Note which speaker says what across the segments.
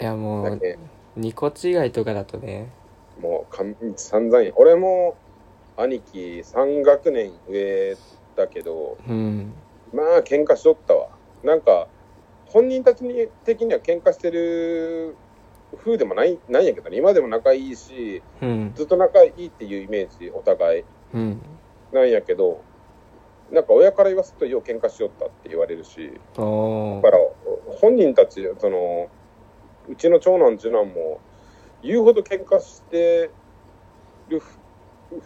Speaker 1: いやも
Speaker 2: だ
Speaker 1: う
Speaker 2: け
Speaker 1: ニコチ以外とかだとね
Speaker 2: もうかん散々や俺も兄貴3学年上だけど
Speaker 1: うん
Speaker 2: まあ喧嘩しとったわなんか本人たちに的には喧嘩してる風でもないないんやけどね今でも仲いいし
Speaker 1: うん
Speaker 2: ずっと仲いいっていうイメージお互い
Speaker 1: うん
Speaker 2: なんやけどなんか親から言わすとよう喧嘩しよったって言われるし
Speaker 1: おお
Speaker 2: だから本人たちそのうちの長男次男も言うほど喧嘩してるふ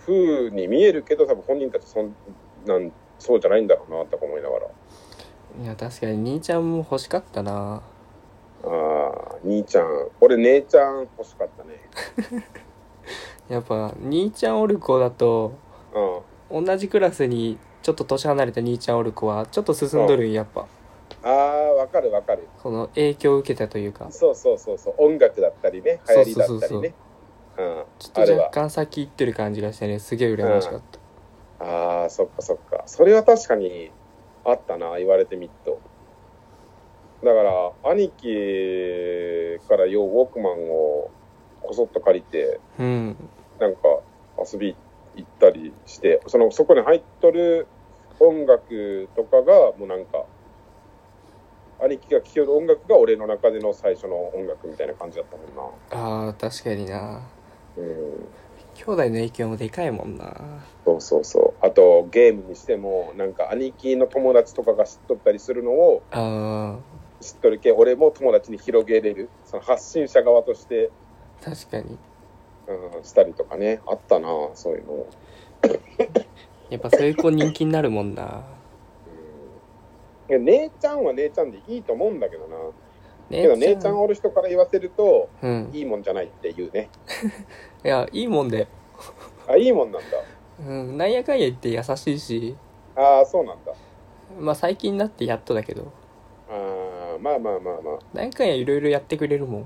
Speaker 2: 風に見えるけど多分本人たちそんなんそうじゃないんだろうなとか思いながら
Speaker 1: いや確かに兄ちゃんも欲しかったな
Speaker 2: ああ兄ちゃん俺姉ちゃん欲しかったね
Speaker 1: やっぱ兄ちゃんおる子だと
Speaker 2: うん
Speaker 1: 同じクラスにちょっと年離れた兄ちゃんおる子はちょっと進んどるんやっぱ
Speaker 2: ああわかるわかる
Speaker 1: その影響を受けたというか
Speaker 2: そうそうそうそう音楽だったりね流行りだった
Speaker 1: そ
Speaker 2: りね
Speaker 1: うそうそうそう
Speaker 2: うん
Speaker 1: ちょ
Speaker 2: あ
Speaker 1: っ
Speaker 2: れ
Speaker 1: と
Speaker 2: は
Speaker 1: 若干先行ってる感じがしてねすげえ羨ましかった、
Speaker 2: ああ、そっかそっか。それは確かにあったな、言われてみっと。だから、兄貴からようウォークマンをこそっと借りて、
Speaker 1: うん
Speaker 2: なんか遊び行ったりして、その、そこに入っとる音楽とかが、もうなんか、兄貴が聴ける音楽が俺の中での最初の音楽みたいな感じだったもん
Speaker 1: あ
Speaker 2: な。
Speaker 1: ー確かにな
Speaker 2: うん。
Speaker 1: 兄弟の影響もでかいもんな
Speaker 2: そうそうそう。あと、ゲームにしても、なんか兄貴の友達とかが知っとったりするのを、
Speaker 1: あー
Speaker 2: 知っとるけ俺も友達に広げれるその発信者側として、
Speaker 1: 確かに
Speaker 2: うん、したりとかねあったなそういうの、うん、
Speaker 1: やっぱそういう子人気になるもんない
Speaker 2: や姉ちゃんは姉ちゃんでいいと思うんだけどな
Speaker 1: 姉
Speaker 2: けど姉ちゃんおる人から言わせると
Speaker 1: うん
Speaker 2: いいもんじゃないっていうね
Speaker 1: いやいいもんで、
Speaker 2: あいいもんなんだ
Speaker 1: うん、なんやかんや言って優しいし
Speaker 2: ああそうなんだ
Speaker 1: まあ最近になってやっとだけど
Speaker 2: あーまあまあまあま
Speaker 1: なんやかんやいろいろやってくれるもん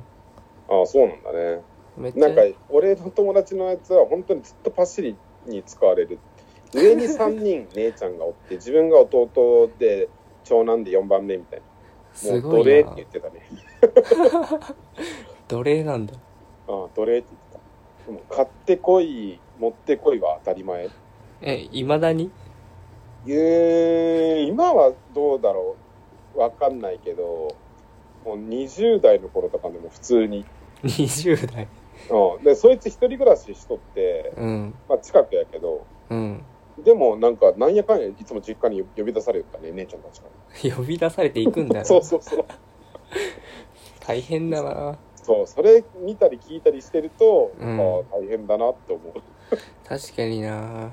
Speaker 2: あああそうなんだね
Speaker 1: めっちゃ
Speaker 2: なんか俺の友達のやつは本当にずっとパッシリに使われる上に3人姉ちゃんがおって自分が弟で長男で4番目みたいなも
Speaker 1: す
Speaker 2: う
Speaker 1: ご
Speaker 2: 奴隷
Speaker 1: い
Speaker 2: って
Speaker 1: な
Speaker 2: 言ってたね
Speaker 1: 奴隷なんだ
Speaker 2: ああ、奴隷って言ってた。でも買ってこい、持ってこいは当たり前。
Speaker 1: えいまだに
Speaker 2: えー、今はどうだろうわかんないけど、もう20代の頃とかでも普通に。
Speaker 1: 20代
Speaker 2: うん、で、そいつ一人暮らししとって、
Speaker 1: うん
Speaker 2: まあ近くやけど、
Speaker 1: うん
Speaker 2: でもなんかなんやかんやいつも実家に呼び出されるからね、姉ちゃんたちか
Speaker 1: 呼び出されていくんだ
Speaker 2: ら。
Speaker 1: な
Speaker 2: そうそうそう。
Speaker 1: 大変だな
Speaker 2: そう、それ見たり聞いたりしてると、
Speaker 1: うん
Speaker 2: ああ大変だなって思う。
Speaker 1: 確かにな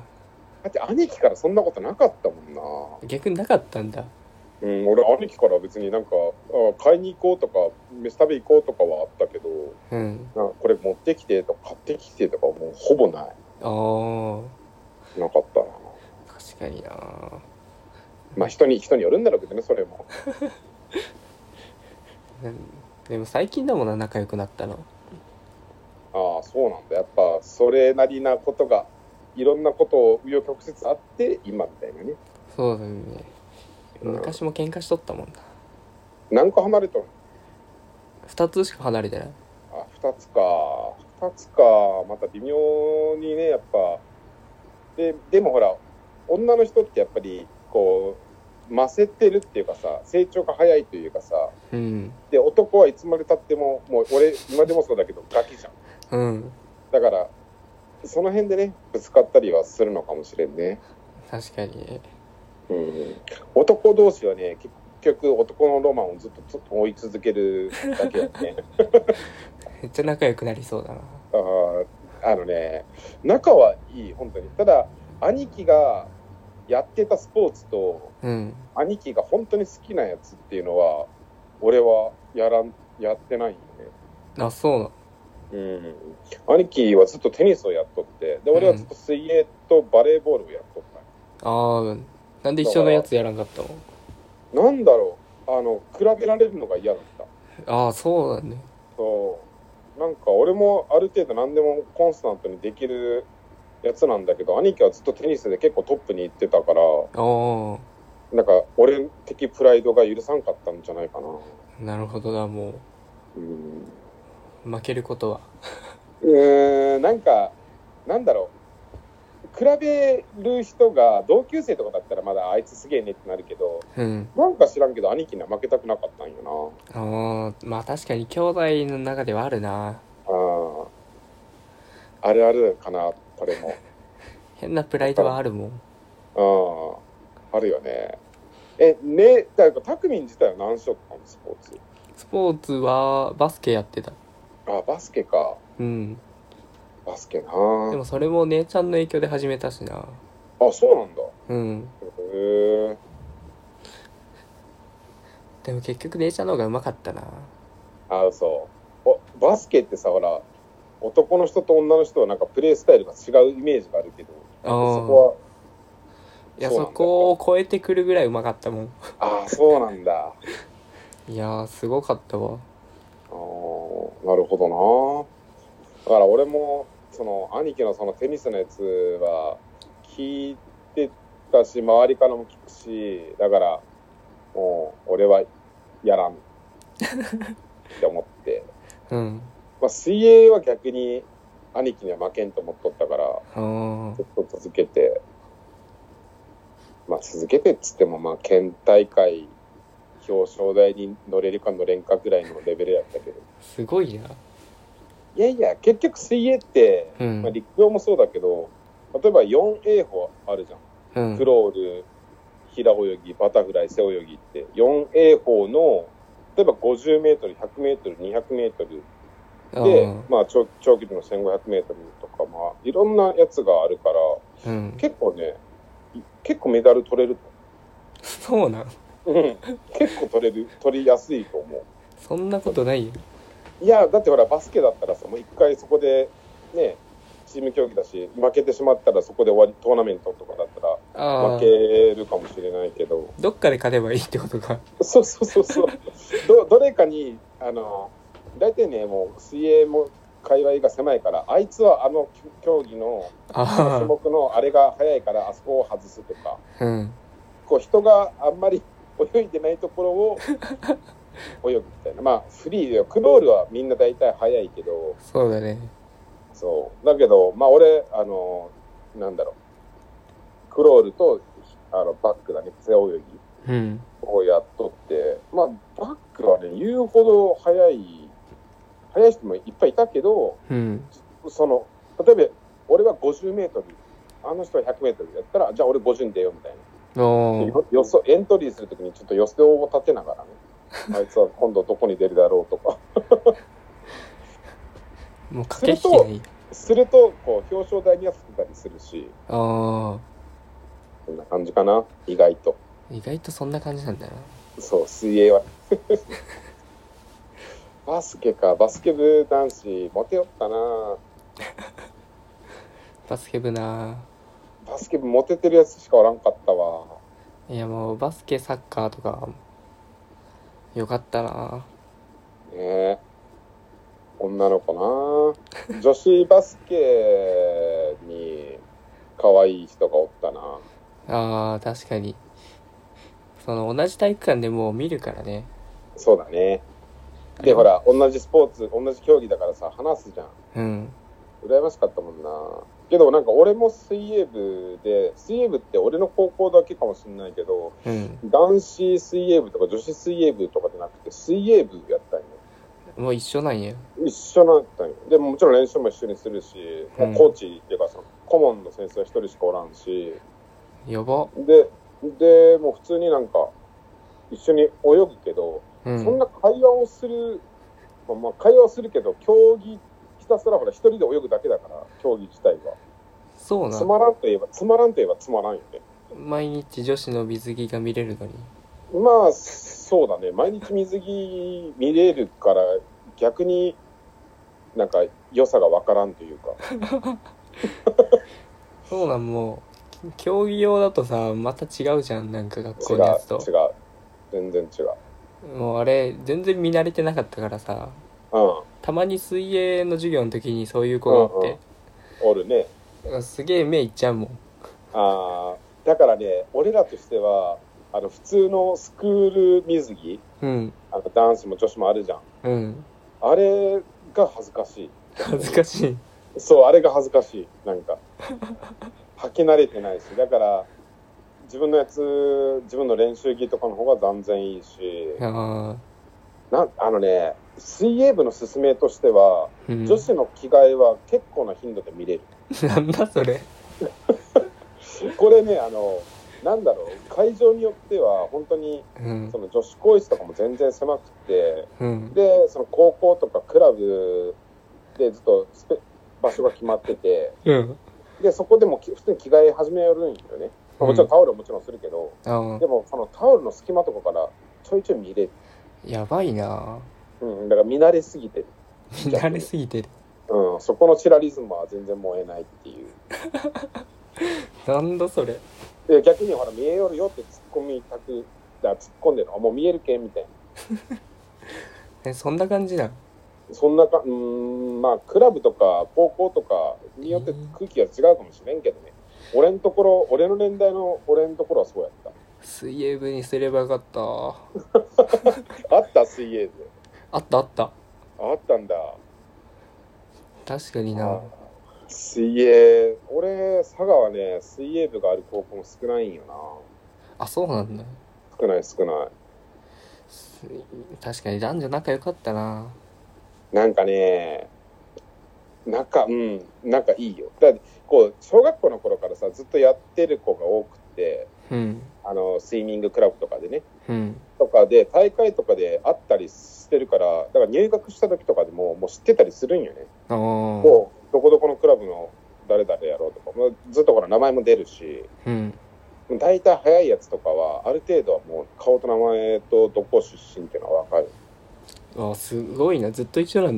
Speaker 2: だって兄貴からそんなことなかったもんな。
Speaker 1: 逆になかったんだ
Speaker 2: うん、俺兄貴から別になんかあ買いに行こうとか飯食べ行こうとかはあったけど
Speaker 1: うん
Speaker 2: なこれ持ってきてとか買ってきてとかもうほぼない
Speaker 1: あー
Speaker 2: なかったな
Speaker 1: 確かにな
Speaker 2: まあ人に人によるんだろうけどねそれも
Speaker 1: うんでも最近だもんな仲良くなったの
Speaker 2: ああそうなんだやっぱそれなりなことがいろんなことを紆余曲折あって今みたいなね
Speaker 1: そうだよね
Speaker 2: うん
Speaker 1: 昔も喧嘩しとったもんな
Speaker 2: 何個離れとる
Speaker 1: 2つしか離れてない
Speaker 2: あ2つか2つかまた微妙にねやっぱででもほら女の人ってやっぱりこうませてるっていうかさ成長が早いというかさ
Speaker 1: うん
Speaker 2: で男はいつまでたってももう俺今でもそうだけどガキじゃん
Speaker 1: うん
Speaker 2: だからその辺でねぶつかったりはするのかもしれんね、
Speaker 1: 確かに
Speaker 2: うん、男同士はね結局男のロマンをずっとずっと追い続けるだけやね
Speaker 1: めっちゃ仲良くなりそうだな
Speaker 2: あーあのね仲はいい本当にただ兄貴がやってたスポーツと
Speaker 1: うん
Speaker 2: 兄貴が本当に好きなやつっていうのは俺はやらんやってないよね
Speaker 1: あそうな
Speaker 2: うん、兄貴はずっとテニスをやっとってで俺はずっと水泳とバレーボールをやっとった、
Speaker 1: あーなんで一緒のやつやらんかったの
Speaker 2: なんだろうあの比べられるのが嫌だった
Speaker 1: ああそうだね
Speaker 2: そうなんか俺もある程度何でもコンスタントにできるやつなんだけど兄貴はずっとテニスで結構トップに行ってたから
Speaker 1: ああ
Speaker 2: なんか俺的プライドが許さんかったんじゃないかな
Speaker 1: なるほどなもう
Speaker 2: うん
Speaker 1: 負けることは
Speaker 2: うーん、なんか、なんだろう。比べる人が同級生とかだったらまだあいつすげえねってなるけど、
Speaker 1: うん
Speaker 2: なんか知らんけど兄貴には負けたくなかったんよな。
Speaker 1: あーまあ確かに兄弟の中ではあるな
Speaker 2: ああ。あるあるかな、これも。
Speaker 1: 変なプライドはあるもん
Speaker 2: ああ。あるよね。え、ね、だから、たくみん自体は何しよったのスポーツ。
Speaker 1: スポーツはバスケやってた
Speaker 2: あ、バスケか。
Speaker 1: うん
Speaker 2: バスケな
Speaker 1: でもそれも姉ちゃんの影響で始めたしな
Speaker 2: あ、そうなんだ。
Speaker 1: うん
Speaker 2: へえ。
Speaker 1: でも結局姉ちゃんの方がうまかったな
Speaker 2: あ、そう。おバスケってさ、ほら、男の人と女の人はなんかプレースタイルが違うイメージがあるけど、
Speaker 1: あ
Speaker 2: そ
Speaker 1: ー
Speaker 2: こ
Speaker 1: いや
Speaker 2: そうな
Speaker 1: そ
Speaker 2: んだ
Speaker 1: こを超えてくるぐらいうまかったもん
Speaker 2: は、ああ、そうなんだ。
Speaker 1: いやーすごかったわ
Speaker 2: あーなるほどなだから俺もその兄貴のそのテニスのやつは聞いてたし周りからも聞くしだからもう俺はや らんって思って、
Speaker 1: うん
Speaker 2: まあ、水泳は逆に兄貴には負けんと思っとったから
Speaker 1: あー
Speaker 2: ずっと続けてまあ続けてっつってもまあ県大会表彰台に乗れるか乗れんかぐらいのレベルやったけど
Speaker 1: すごいない
Speaker 2: やいや、結局水泳って、
Speaker 1: うん
Speaker 2: まあ、陸上もそうだけど、例えば 4A 法あるじゃん。
Speaker 1: うん
Speaker 2: クロール、平泳ぎ、バタフライ、背泳ぎって、4A 法の、例えば50メートル、100メートル、200メートル
Speaker 1: あ
Speaker 2: で
Speaker 1: ー、
Speaker 2: まあ長長距離の1500メートルとか、まあいろんなやつがあるから、
Speaker 1: うん
Speaker 2: 結構ね、い結構メダル取れる。
Speaker 1: そうなん
Speaker 2: うん結構取れる、取りやすいと思う。
Speaker 1: そんなことないよ
Speaker 2: いや、だってほら、バスケだったらさ、もう一回そこで、ね、チーム競技だし、負けてしまったらそこで終わり、トーナメントとかだったら
Speaker 1: あ
Speaker 2: 負
Speaker 1: あ
Speaker 2: けるかもしれないけど、
Speaker 1: どっかで勝てばいいってことか
Speaker 2: そうそうそうそう、どどれかに、あの、大体ね、もう水泳も界隈が狭いから、あいつはあの競技の、あの
Speaker 1: あ
Speaker 2: 種目のあれが早いから、あそこを外すとか、
Speaker 1: あうん
Speaker 2: こう人があんまり泳いでないところを泳ぐみたいな、まあ、フリーで、クロールはみんな大体早いけど、
Speaker 1: そうだね
Speaker 2: そう。だけど、まあ俺、あの、なんだろう。クロールと、あの、バックだね、背泳
Speaker 1: う
Speaker 2: ぎ
Speaker 1: ん
Speaker 2: をやっとって、まあ、バックはね、言うほど速い、速い人もいっぱいいたけど、
Speaker 1: うん
Speaker 2: その、例えば、俺は50メートル、あの人は100メートルやったら、じゃあ俺50に出ようみたいな。
Speaker 1: おー
Speaker 2: よ予想、エントリーするときにちょっと予想を立てながらね、あいつは今度どこに出るだろうとか。
Speaker 1: もう駆け引きがいい
Speaker 2: すると、こう、表彰台にはつけたりするし、
Speaker 1: ああ
Speaker 2: こんな感じかな、意外と。
Speaker 1: 意外とそんな感じなんだな
Speaker 2: そう、水泳は。 バスケか、バスケ部男子、モテよったな
Speaker 1: バスケ部な
Speaker 2: バスケ部モテてるやつしかおらんかったわ。
Speaker 1: いやもうバスケサッカーとかよかったな
Speaker 2: ねえ。女の子な女子バスケに、可愛い人がおったな
Speaker 1: あー確かにその同じ体育館でもう見るからね
Speaker 2: そうだね。で、ほら、同じスポーツ、同じ競技だからさ、話すじゃ
Speaker 1: う
Speaker 2: ん。
Speaker 1: ん
Speaker 2: 羨ましかったもんなけどなんか俺も水泳部で水泳部って俺の高校だけかもしれないけど
Speaker 1: うん
Speaker 2: 男子水泳部とか女子水泳部とかじゃなくて水泳部やったんよ
Speaker 1: もう一緒なんや
Speaker 2: 一緒だったんよでももちろん練習も一緒にするし、
Speaker 1: うん
Speaker 2: コーチっていうかその顧問の先生は一人しかおらんし
Speaker 1: やば
Speaker 2: ででもう普通になんか一緒に泳ぐけど、
Speaker 1: うん
Speaker 2: そんな会話をする、まあ、まあ会話をするけど競技ひたすらほら一人で泳ぐだけだから競技自体は。
Speaker 1: そう
Speaker 2: つ
Speaker 1: な
Speaker 2: まらんといえば、つまらんといえばつまらんよね。
Speaker 1: 毎日女子の水着が見れるのに
Speaker 2: まあ、そうだね。毎日水着見れるから、逆になんか良さがわからんというか。
Speaker 1: そうなんもう競技用だとさまた違うじゃんなんか学
Speaker 2: 違
Speaker 1: 校
Speaker 2: う、
Speaker 1: のやつと
Speaker 2: 違う。全然違う。
Speaker 1: もうあれ全然見慣れてなかったからさ
Speaker 2: うん。
Speaker 1: たまに水泳の授業の時にそういう子がおって、
Speaker 2: おるね。
Speaker 1: うんすげえ目いっちゃうもん
Speaker 2: ああ、だからね、俺らとしては、あの、普通のスクール水着、
Speaker 1: うん
Speaker 2: あの男子も女子もあるじゃん。
Speaker 1: うん
Speaker 2: あれが恥ずかしい。
Speaker 1: 恥ずかしい。
Speaker 2: そう、あれが恥ずかしい。なん か。履き慣れてないし。だから、自分のやつ、自分の練習着とかの方が断然いいし。
Speaker 1: ああ。
Speaker 2: なあのね、水泳部の勧めとしては、
Speaker 1: うん、
Speaker 2: 女子の着替えは結構な頻度で見れる。
Speaker 1: なんだそれ。
Speaker 2: これね、あの、なんだろう、会場によっては、本当に、
Speaker 1: うん
Speaker 2: そ。の女子更衣室とかも全然狭くて、
Speaker 1: うん。
Speaker 2: で、その高校とかクラブでずっとスペ場所が決まってて、
Speaker 1: うん。
Speaker 2: で、そこでもき普通に着替え始めるんよね。まあもちろんタオルはもちろんするけど、
Speaker 1: ああ
Speaker 2: で。もそのタオルの隙間とかからちょいちょい見れる。
Speaker 1: やばいな。
Speaker 2: うん、だから見慣れすぎてる。
Speaker 1: 見慣れすぎてる。
Speaker 2: うん、そこのチラリズムは全然燃えないっていう。
Speaker 1: なんだそれ。
Speaker 2: で逆にほら見えよるよって突っ込みたくだ突っ込んでるあもう見えるけみたいな
Speaker 1: え、そんな感じなの
Speaker 2: そんなかうーんまあクラブとか高校とかによって空気が違うかもしれんけどね俺のところ俺の年代の俺のところはそうやっ
Speaker 1: 水泳部にすればよかった。
Speaker 2: たあった水泳で
Speaker 1: あったあった。
Speaker 2: あったんだ
Speaker 1: 確かにな。
Speaker 2: 水泳俺佐賀はね水泳部がある高校も少ないんよな
Speaker 1: あ、そうなんだ。
Speaker 2: 少ない少ない
Speaker 1: す確かに男女仲良かったな。
Speaker 2: なんかね、仲、うん、仲いいよ。だって、こう、小学校の頃からさ、ずっとやってる子が多くて、
Speaker 1: うん。
Speaker 2: あの、スイミングクラブとかでね、
Speaker 1: うん。
Speaker 2: とかで、大会とかで会ったりしてるから、だから入学した時とかでも、もう知ってたりするんよね。
Speaker 1: ああ。
Speaker 2: もう、どこどこのクラブの誰々やろうとか、もうずっとほら、名前も出るし、
Speaker 1: うん。
Speaker 2: 大体早いやつとかは、ある程度はもう、顔と名前とどこ出身っていうのはわかる。
Speaker 1: あ、すごいな。ずっと一緒なんだ。